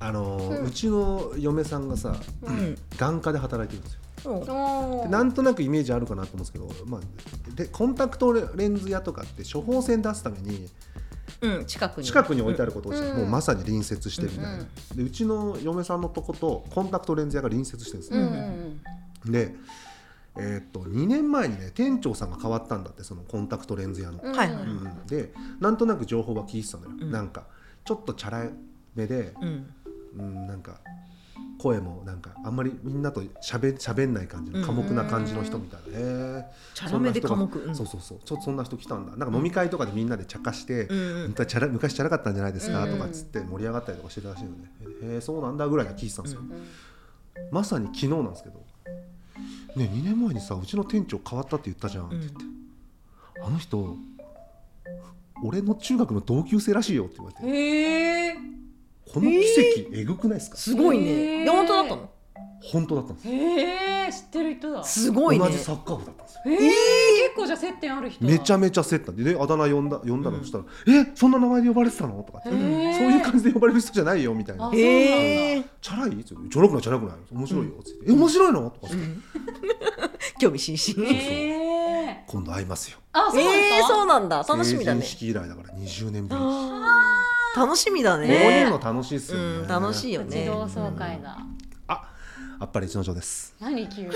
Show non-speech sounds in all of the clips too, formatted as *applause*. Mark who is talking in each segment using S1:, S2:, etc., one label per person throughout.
S1: あのー
S2: う
S1: うんちの嫁さんがさ
S2: うん
S1: 眼科で働いてるんですよ
S3: そう
S2: お
S1: で
S2: ー
S1: なんとなくイメージあるかなと思うんですけど、まあ、でコンタクトレンズ屋とかって処方箋出すために
S3: うん、近くに
S1: 近くに置いてあ
S3: る、
S1: ることを、
S2: うん
S1: もうまさに隣接してみたいな、
S2: うん
S1: でうちの嫁さんのとことコンタクトレンズ屋が隣接してるんです
S2: う
S1: よ、
S2: んうん
S1: で、えーっと2年前にね店長さんが変わったんだってそのコンタクトレンズ屋の、
S2: うん
S3: はいは
S1: う
S3: い
S1: んでなんとなく情報は聞いてたのよ、
S3: うん
S1: なんかちょっとチャラめで、
S3: うん、
S1: うん、なんか声もなんかあんまりみんなとしゃべ喋んない感じの寡黙な感じの人みたいな、へー
S3: チャラめで科目、
S1: そんな人が
S3: うん
S1: そうそうそうちょっとそんな人来たんだなんか飲み会とかでみんなで茶化して、
S3: うんうん
S1: 本当はチャラ昔チャラかったんじゃないですか
S2: うん
S1: とかっつって盛り上がったりとかしてたらしいのね、へえそうなんだぐらいは聞いてたんですよ、
S2: うん
S1: まさに昨日なんですけどね2年前にさうちの店長変わったって言ったじゃん、
S3: うん
S1: あの人俺の中学の同級生らしいよって言われて、
S2: へえ
S1: この奇跡えぐくないですか、
S3: すごい
S2: へー
S3: ね。いや本当だったの。
S1: 本当だったんです
S2: へえ知ってる人だ
S3: すごいね。
S1: 同じサッカー部だったんですよ
S2: へえ結構じゃあ接点ある人だ
S1: めちゃめちゃ競ったんで、ね、あだ名呼んだ呼んだのそしたら「えそんな名前で呼ばれてたの?」とかって、
S2: へー
S1: そういう感じで呼ばれる人じゃないよ」みたいな
S2: あ
S3: へえ。
S1: チャラいって言うチャラくないチャラくない面白いよ」つって「え面白いの?」とかって、
S3: 興味津々。え
S2: へえ
S1: 今度会いますよ
S2: あそうなん
S3: え
S2: だ
S3: そうなんだ。楽しみだ
S1: 成
S3: ね
S1: 人。式以来だから20年ぶりこ
S3: あー楽しみだ
S1: う
S3: ね。
S1: いうの楽しいっすよね、
S3: うん楽しいよ
S2: 自
S3: ね。
S2: 動総会だ
S1: あやっぱり一の城です
S2: 何急に
S1: い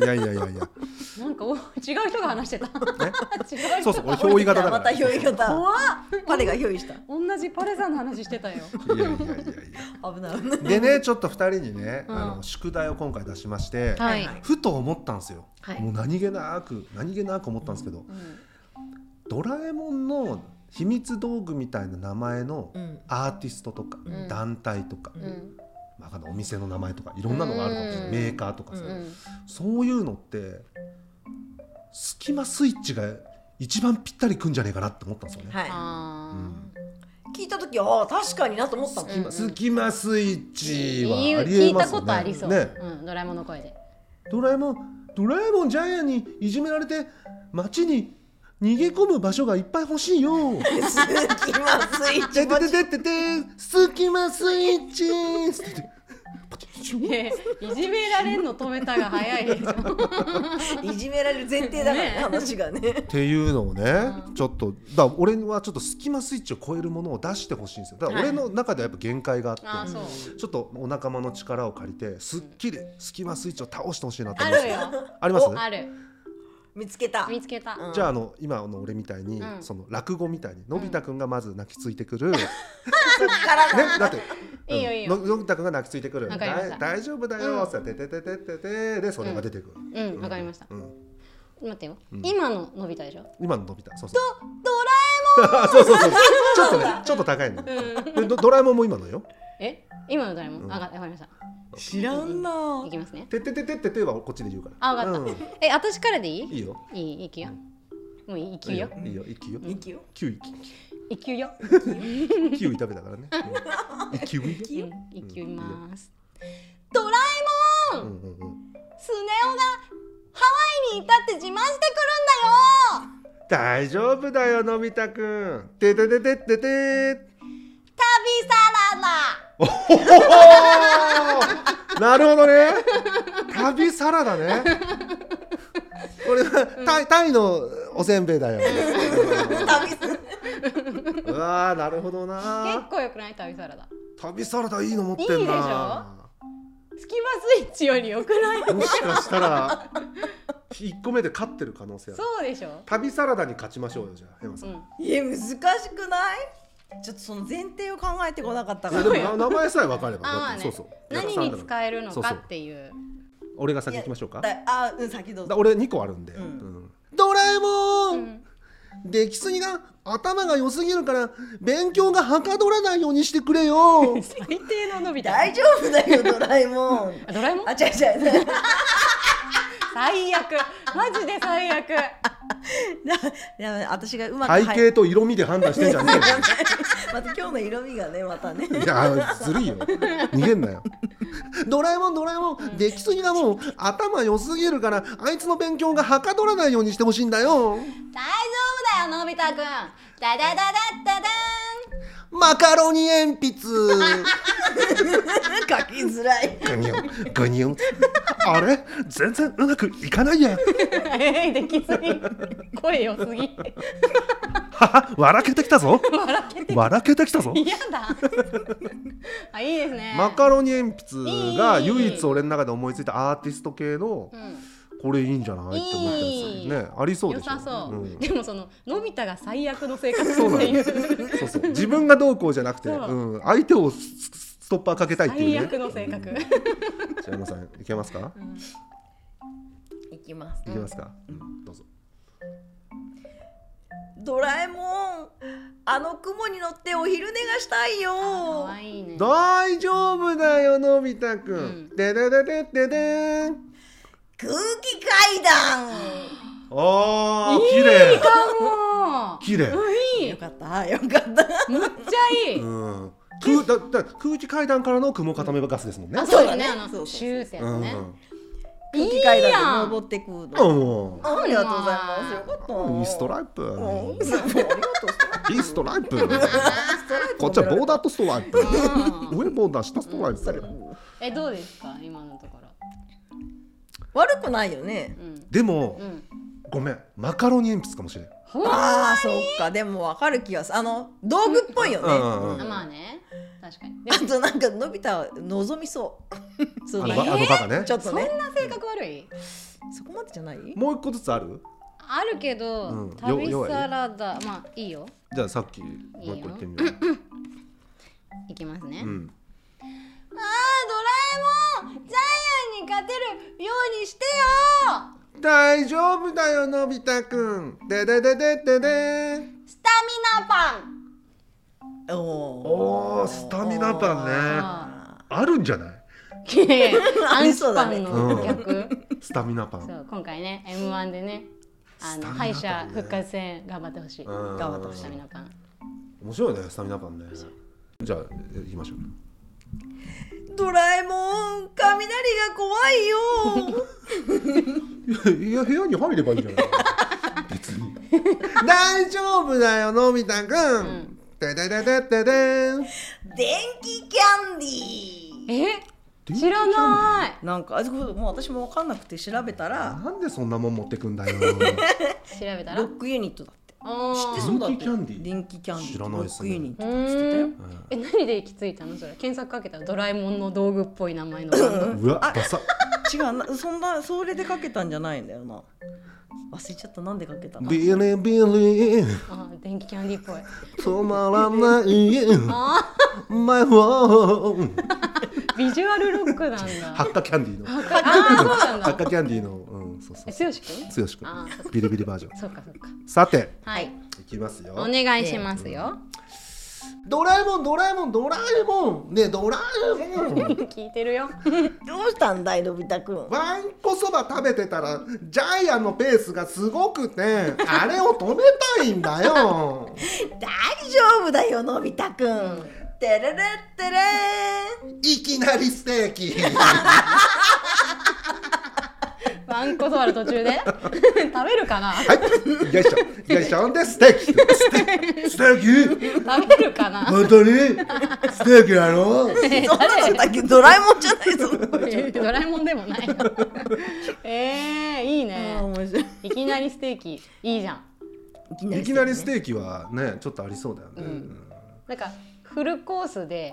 S1: やいやいやいや
S2: なんかお違う人が話してた違う人
S1: そうそう俺憑依型だか
S3: ま
S1: ら
S3: た憑依型。
S2: 怖っ
S3: 彼が憑依した。
S2: 同じパレさんの話してたよ
S1: いやいやいやい
S3: 危ない危ない。
S1: やでねちょっと2人にね、
S2: うん
S1: あの宿題を今回出しまして、
S2: はい
S1: ふと思ったんですよ、
S3: はい
S1: もう何気なく何気なく思ったんですけど、ドラえもんの秘密道具みたいな名前の
S3: うん
S1: アーティストとか、
S2: うん
S1: 団体とか、
S2: うんうん
S1: まあわかんないお店の名前とかいろんなのがあるかもしれな
S2: う
S1: い
S2: ん
S1: メーカーとかさ、
S3: う
S2: うん
S1: そういうのって隙間スイッチが一番ぴったりくんじゃねえかなって思ったんですよね。
S3: はい。
S2: あ
S1: うん
S3: 聞いた時ああ確かになと思ったもん。
S2: う
S1: 隙
S2: ん
S1: 間隙間スイッチ
S2: ー
S1: は
S2: 言う
S1: あり
S2: 聞
S1: え
S2: い
S1: ま
S2: た
S1: すよ
S2: ことあり
S1: ね
S2: そう
S1: ね。
S2: うんドラえもんの声で
S1: ドラえもんドラえもんジャイアンにいじめられて街に逃げ込む場所がいっぱい欲しいよ。
S3: 隙間スイッ
S1: で
S3: チ
S1: ででででで隙間スイッチつってパチッシュ
S2: ねいじめられんの止めたが早いでしょ
S3: いじめられる前提だからね
S2: ね
S3: 話がね
S1: っ。ていうのをね、
S2: うん
S1: ちょっとだから俺はちょっと隙間スイッチを超えるものを出してほしいんですよだから俺の中ではやっぱ限界があって、
S2: あーそう
S1: ちょっとお仲間の力を借りてすっきり隙間スイッチを倒してほしいなと
S2: あ
S1: 思いま
S2: る
S1: す
S2: よ
S1: あります
S2: ある
S3: 見つけた。
S2: 見つけた
S3: うん
S1: じゃああの今の俺みたいに、
S2: うん
S1: その落語みたいにのび太くんがまず泣きついてくる、ね
S3: そっからだ。
S1: だって
S2: いいよ
S1: うん
S2: いいよ
S1: ののび太くんが泣きついてくる
S2: わかりました
S1: だい大丈夫だよ
S2: うん
S1: って言っててててててでそれが出てくる、
S2: うんわかりました
S1: うん
S2: 待ってよ
S1: うん
S2: 今の伸びたでしょ
S1: 今ののび太そうそうあそうそうそう。ちょっとね、
S2: *laughs*
S1: ちょっと高いの。でドドラえもんも今のよ。
S2: え今のドラえも
S1: うんん
S2: あわかわかりました
S3: 知らんない
S2: きますね
S1: てってててっててはこっちで言うから。
S2: あわかった
S1: うん
S2: え私からでいい
S1: いいよ。
S2: いいいいきよもういいい
S1: い
S2: き
S1: い
S2: よ
S1: よ。いいよ。一級よ。
S3: いきよ。
S1: キウイ。
S2: いきよ
S1: キウイ食べたからね。うんキウイ。
S3: いきよ
S2: うんいきますドラえ
S1: う
S2: もん
S1: んうんうん。
S2: スネ夫がハワイにいたって自慢してくるんだよ
S1: 大丈夫だよ、のび太くん。ててててててー。
S2: 旅サラダ
S1: おーなるほどね。旅サラダね。これはタイタイのおせんべいだよ。うわーなるほどな。
S2: 結構よくない旅サラダ
S1: 旅サラダいいの持って
S2: い
S1: ん
S2: いでし
S1: な
S2: スキマスイッチよりよくない
S1: もしかしたら1個目で勝ってる可能性ある
S2: そうでしょ
S1: 旅サラダに勝ちましょうよじゃあヘマ
S2: う
S1: さん、
S2: ん
S3: いや難しくないちょっとその前提を考えてこなかったから
S1: でもな名前さえ分かれば
S2: あまあね
S1: そうそう
S2: 何に
S1: え
S2: 使えるの
S1: そうそ
S2: か
S1: う
S2: っていう
S1: 俺が先行きましょうかだ
S3: だあうん先どうぞ
S1: 俺2個あるんで、
S3: うん
S1: うんドラえも、
S2: うんん
S1: 出来すぎが頭が良すぎるから勉強がはかどらないようにしてく
S2: *laughs*
S1: れよ
S2: 最低の伸びた
S3: 大丈夫
S1: *laughs*
S3: だよドラえもん
S2: あドラえもん
S3: あ違う違う
S2: 最悪マジで最悪
S3: なな私がうまく
S1: 体
S3: 入
S1: 型と色味で判断してんじゃね
S3: *laughs*
S2: *laughs*
S3: また今日の色味がねまたね
S1: えよいやずるいよ逃げんなよドラえもんドラえもん出来すぎがもう頭良すぎるからあいつの勉強がはかどらないようにしてほしいんだよ
S2: 大丈夫だよのび太くんダダダダッダダ
S1: マカロニ鉛筆
S3: 書きづらい。
S1: グニョングニョンあれ全然うまくいかないや
S2: えいできすぎ声よすぎ
S1: はは笑けてきたぞ笑けてきたぞ
S2: 嫌だあいいですね
S1: マカロニ鉛筆が唯一俺の中で思いついたアーティスト系の
S2: うん
S1: これいいんじゃないって思ったやつねありそう
S2: 良
S1: でしょ
S2: さそう、
S1: ん
S2: でもそののび太が最悪の生活って
S1: そうなの
S2: い
S1: よ
S2: う
S1: そうそう自分がどうこうじゃなくて、
S2: そう
S1: うん、相手をススストッパーかけたいってい
S2: 最
S1: う
S2: 悪
S1: ね
S2: の性格
S1: 白山さんいけますか
S3: いきます
S1: いけ。ますか、うん、どうぞ
S3: ドラえもん、あの雲に乗ってお昼寝がしたいよ。
S2: 可愛いね
S1: 大丈夫だよのび太く
S2: ん
S1: んででででででーん
S3: 空気階段。
S1: あー
S2: い
S1: 綺
S2: い
S1: 麗
S2: かも
S1: 綺麗
S2: うんいい
S3: よかった、よかった。
S2: むっちゃいい、
S1: うん空だだ空気階段からの雲固めガスですもんね
S2: あそうだね
S3: そうだね
S2: あの
S3: そうそうそう
S2: シューってや
S1: う
S2: つ
S1: ん
S2: ね、
S3: 空
S2: い
S3: 気
S2: いやん
S3: 階段で登ってくの。
S1: う
S3: ありがとうございます。よかった。
S1: んいいストライプ
S3: うんそうありがとう。
S1: いいストライプ
S3: ストライプ
S1: こっちはボーダーとストライプ
S2: うん
S1: 上ボーダー下ストライプ
S2: えどうですか今のところ
S3: 悪くないよね。
S2: うん
S1: でも
S2: うん
S1: ごめんマカロニ鉛筆かもしれん
S2: ほん
S3: ああ、そっか、でもわかる気がする。あの道具っぽいよね。
S1: うんうんうん
S2: あまあね確かにで
S3: あとなんかのび太は望みそう。そ
S1: あ
S3: う
S1: の
S3: だ
S1: ばあ
S3: ね。
S1: のバカね
S3: ちょっ
S2: そ
S3: と
S2: んな
S3: ね。
S2: 性格悪い
S3: そこまでじゃない？
S1: もう一個ずつある
S2: あるけど、
S1: うん
S2: 旅
S1: よ弱い
S2: サラダまあいいよ
S1: じゃあさっきもう一個言ってみよう
S2: いきますね、
S1: うん
S2: あードラえもんジャイアンに勝てるようにしてよ
S1: 大丈夫だよのび太くんででででででーん
S2: スタミナパン
S3: お
S1: おースタミナパンね
S2: あ
S1: あるんじゃない
S2: ア
S3: あ
S2: ン
S3: り
S2: ス
S3: そう
S2: パ
S3: だね
S2: ンの逆、 *laughs*
S1: スタミナパン
S2: そう今回ね M1 でねあ
S1: ス
S2: の
S1: タミナパンね
S2: 敗者復活戦頑張ってほしい、
S1: うん
S2: 頑張ってほしいスタミナパン
S1: 面白いねスタミナパンねじゃあえ行きましょう
S3: ドラえもん、雷が怖い
S1: *laughs*
S3: よ。
S1: いや部屋に入ればいいじゃ
S3: *laughs*
S1: ない別に大丈夫だよのび太くんででででででーん
S3: 電気キャンディー。
S2: え知らない
S3: なんかあそうもう私も分かんなくて調べたら
S1: なんでそんなもん持ってくんだよ
S2: 調べたら
S3: ロックユニットだって。
S2: あ
S3: 知って
S2: ー
S3: そうだって。
S1: 電気キャンディー
S3: 電気キャンディー。
S1: 知らないっすね
S3: ロックユニッ
S2: う
S3: トって言ってた
S2: ー
S3: よ
S2: ん。え何で行き着いたのそれ検索かけたらドラえもんの道具っぽい名前のバンド
S1: うわダサ
S3: 違うなそんなそれでかけたんじゃないんだよな忘れちゃったなんでかけたの
S1: ビリビリ
S2: あー電気キャンディーっぽい
S1: 止まらない
S2: あ
S1: マイフォン
S2: ービジュアルロックなんだ
S1: *laughs* ハッカキャンディーのハ
S2: あーそうなん
S1: ッ
S2: だ
S1: カキャンディーのうんそうそ
S2: え
S1: う
S2: 剛君
S1: 剛君
S2: あーそっか
S1: ビリビリバージョン
S2: そうかそうか
S1: さて
S2: はい
S1: いきますよ
S2: お願いしますよ
S1: ドラえもんドラえもんドラえもんねえドラえもん
S2: *laughs* 聞いてるよ
S3: どうしたんだいのび太くん
S1: わんこそば食べてたらジャイアンのペースがすごくてあれを止めたいんだよ
S2: *laughs*
S3: 大丈夫だよのび太くんてれれってれー
S1: いきなりステーキ
S2: ワンコ座る途中で *laughs* 食べるかな
S1: はいよいしょよいしょんでステーキステーキステーキ
S2: 食べるか
S1: *laughs*
S2: な
S1: 本当にステーキなの
S3: んそうなんだっけドラえもんじゃないぞ
S2: ドラえもんでもないよ *laughs* えー、いいね
S3: 面白い
S2: いきなりステーキいいじゃん
S1: いきなりステーキはねちょっとありそうだよね、
S2: なんかフルコースで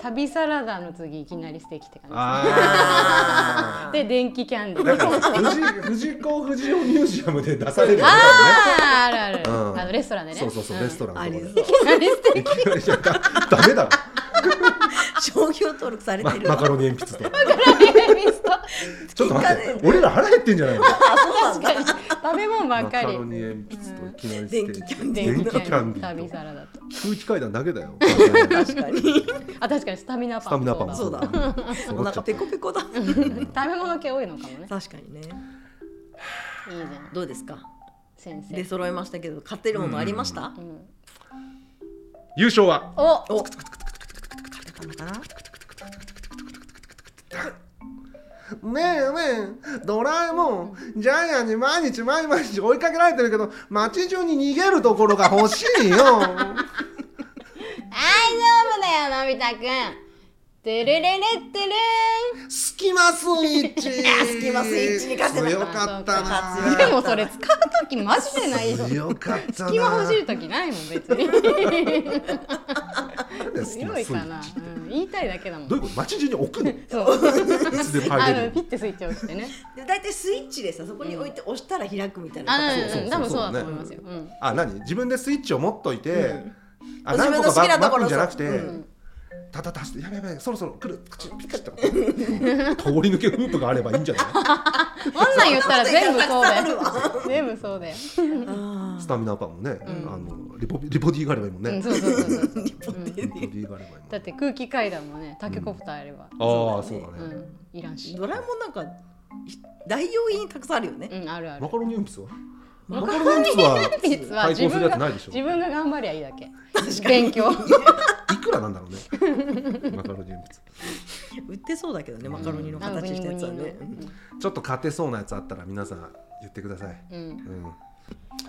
S2: 旅サラダの次いきなりステーキって感
S1: あ
S2: じで電気キャンディ
S1: あだ
S2: ー
S1: から藤藤子不二雄ミュージアムで出されるやつだ
S2: あーあるある、
S1: うん
S2: あのレストランでね
S1: よねそうそうそう、レスト
S2: ラ
S1: ラン
S3: あ
S1: のとこ
S3: りそ
S2: ン
S3: う
S2: いきなりステーキ
S1: でいきなりだダメだろ
S3: 商標登録され
S1: ま
S3: てる
S1: マ
S3: わ
S1: カロニ鉛 *laughs* 筆と
S2: ミスト
S1: ちょっと待って俺ら腹減ってんじゃないの
S3: あそうなんだ
S2: 食べ物ばっかり
S1: マカロニ鉛筆といきなりス
S3: 電
S1: テ
S3: 気
S1: ー
S3: キ
S1: キ
S3: ャンディー
S1: 電気キャンディ
S2: 旅
S1: ーと
S2: サラダと
S1: 空気階段だけ *laughs* だよ
S3: 確かに
S2: あ確かにスタミナ
S1: ス
S2: パ
S1: タ
S2: ン
S1: ミナパンも
S3: そうだ
S1: そう
S3: お
S1: だ
S3: 腹ペコペコだ
S2: 食べ物系多いのかもね
S3: 確かにね
S2: いいじゃん
S3: どうですか
S2: 先生
S3: 出揃いましたけど買ってるものありました
S2: うん
S1: 優勝は
S2: お
S3: お
S1: ねえねえドラえもんジャイアンに毎日毎日追いかけられてるけど街中に逃げるところが欲しいよ
S2: 大丈夫だよのび太くんてれれれってれん
S1: スキマスイッチ
S3: スキマスイッチに勝てな
S1: 強
S3: かった
S1: かったな
S3: 強
S2: で
S3: かっ
S2: もそれ使う時マジでないよ
S1: 強かったな
S2: 隙間欲しい時ないもん別に *laughs*
S1: なんだよスキマ
S2: 強
S1: スイ
S2: いか
S1: ッ
S2: な
S1: チ、
S2: うん、言いたいだけだもん
S1: どういうこと街中に置くの
S2: そう
S1: スで
S2: あ
S1: 入れ
S2: の
S1: る
S2: ピッてスイッチ押してね
S3: で大体スイッチでさそこに置いて押したら開くみたいな
S2: あ
S3: 感じ、
S1: そうそう
S2: うんうん多分そうだと思い
S1: そう
S2: ますよ、うん
S1: あ何自分でスイッチを持っといて、
S3: うん
S1: あ
S3: 自
S1: 何
S3: 分
S1: 個
S3: の
S1: か
S3: 好きなと
S1: ば
S3: こ
S1: 巻く
S3: ろ
S1: んじゃなくて、
S2: ん
S1: たたたしてやべやべそろそろ来る口ピカッと通り抜けフープがあればいいんじゃない
S2: あんなん言ったら全部そうだ
S3: そんな
S2: よ
S3: こと言ったらたくさんあるわ
S2: 全部そうだよ、
S3: あ
S1: スタミナパンもね、
S2: ん
S1: あのリポリポディがあればいいもんね、
S2: うんそうそうそうそう
S3: ーリポって
S1: リポデ
S3: ね
S1: ィがあればいいもん
S2: だって空気階段もねタケコプターあれば、
S1: ああそうだね、
S2: うんいらんし
S3: ドラえもんなんかひ大用品たくさんあるよね、
S2: うんあるある
S1: マカロニ鉛筆はマカロニ鉛筆は
S2: は
S1: 対
S2: 自
S1: 抗する
S2: 分
S1: やつ
S2: が
S1: ないでしょ
S2: 自分が頑張りゃいいだけ勉強
S1: いくらなんだろうね *laughs* マカロニ鉛筆
S3: 売ってそうだけどねマカロニの形したやつはね、うん
S1: ちょっと勝てそうなやつあったら皆さん言ってください
S2: うん
S1: うん、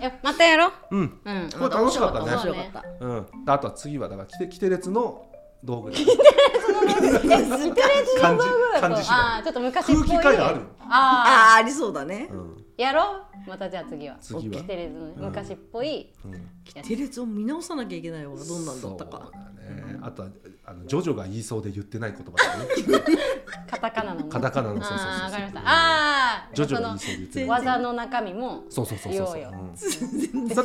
S2: えまたやろう
S1: うん
S2: うん
S1: これ楽しかったね
S3: 面白かった
S1: うん、あとは次はだからキテキテレツの道具だね漢字漢字次
S2: ああ
S1: 第
S2: ーちょっと昔っぽい
S1: 空気階段ある
S2: あ
S3: あーありそうだね、
S1: うん
S2: ーやろうまたじゃあ次は
S1: 次は
S2: キテレズの昔っぽい
S1: うん
S2: やつ
S3: テレツを見直さなきゃいけないわどんなんだったか
S1: そうだねあとはあのジョジョが言いそうで言ってない言葉だね
S2: カタカナの
S1: カタカナのそうそうそう
S2: あーわかりましたああ
S1: ジョジョが言いそうで言ってない
S2: 技の中身も
S1: そうそうそうそうそう
S2: 言おうよ
S1: うんだっ
S2: 強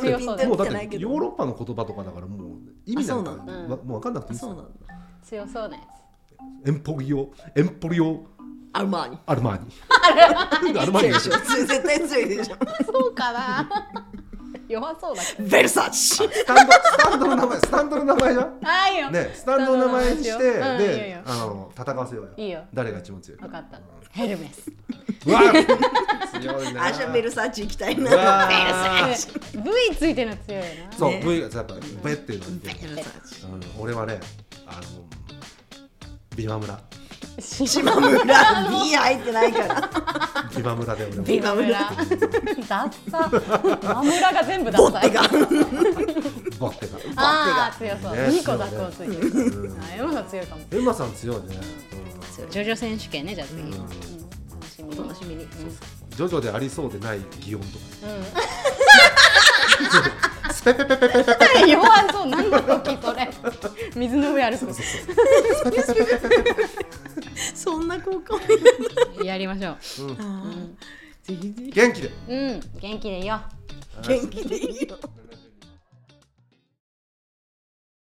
S2: そうだ
S1: て
S2: よ
S1: もうだっ
S3: 言ってない
S1: て
S3: けど
S1: ヨーロッパの言葉とかだからもう意味なんか
S3: あそう
S2: なんだ
S1: わもう分かんなくていいです
S3: そう
S1: よ
S3: なんだ
S2: 強そうなや
S1: エンポリオエンポリオ
S3: アルマーニ
S1: アルマーニアルマーニで
S3: 強いで
S1: し
S3: し
S1: ょ
S3: ょ絶対強いでしょ
S2: つそうかな *laughs* 弱そうだけど
S3: *laughs* ベルサーチ
S1: スタンドスタンドの名前スタンドの名前じゃん
S2: あーいいよ
S1: ねスタンドの名前にして
S2: スタンドの名前しよううんいい
S1: で
S2: よ
S1: あの戦わせようよ
S2: いいよ
S1: 誰が一番強いか
S2: 分かったヘルメス
S1: うわ強いな
S3: あじゃあベルサーチ行きたいな
S1: うわ
S3: ベルサーチ
S2: V ついてるの強いよな
S1: そう、
S3: ね
S1: V がやっぱ「ベ」っていうのが似てる
S3: ベルサーチ
S1: うん、俺はね、あの、ビマ
S2: *laughs*
S1: 村。
S2: 島
S3: 島村 B 入ってないから
S1: ビマ村で俺も。
S3: ビマ村
S2: ダッサ *laughs* マムラが全部ダ
S3: ボ
S2: ッ
S3: ッ
S2: サ
S3: テ
S2: い
S3: が
S1: バッテが。
S2: ああ強そう
S1: ね
S2: 2個ダックをついてる
S1: 強いねうん
S2: あエマさん強いかも
S1: エンマさん強いね。
S2: ジョジョ選手権ねじゃあ次、うん楽しみに
S3: 楽しみに
S1: うん、ジョジョでありそうでない擬音とか。スペペペペペペペ
S2: うん弱そう何の時それ水の上歩
S3: そんな効果も
S2: くやりましょう
S3: あーぜひぜひ
S1: 元気で。
S2: うん元気でいよう
S3: 元気でいいよ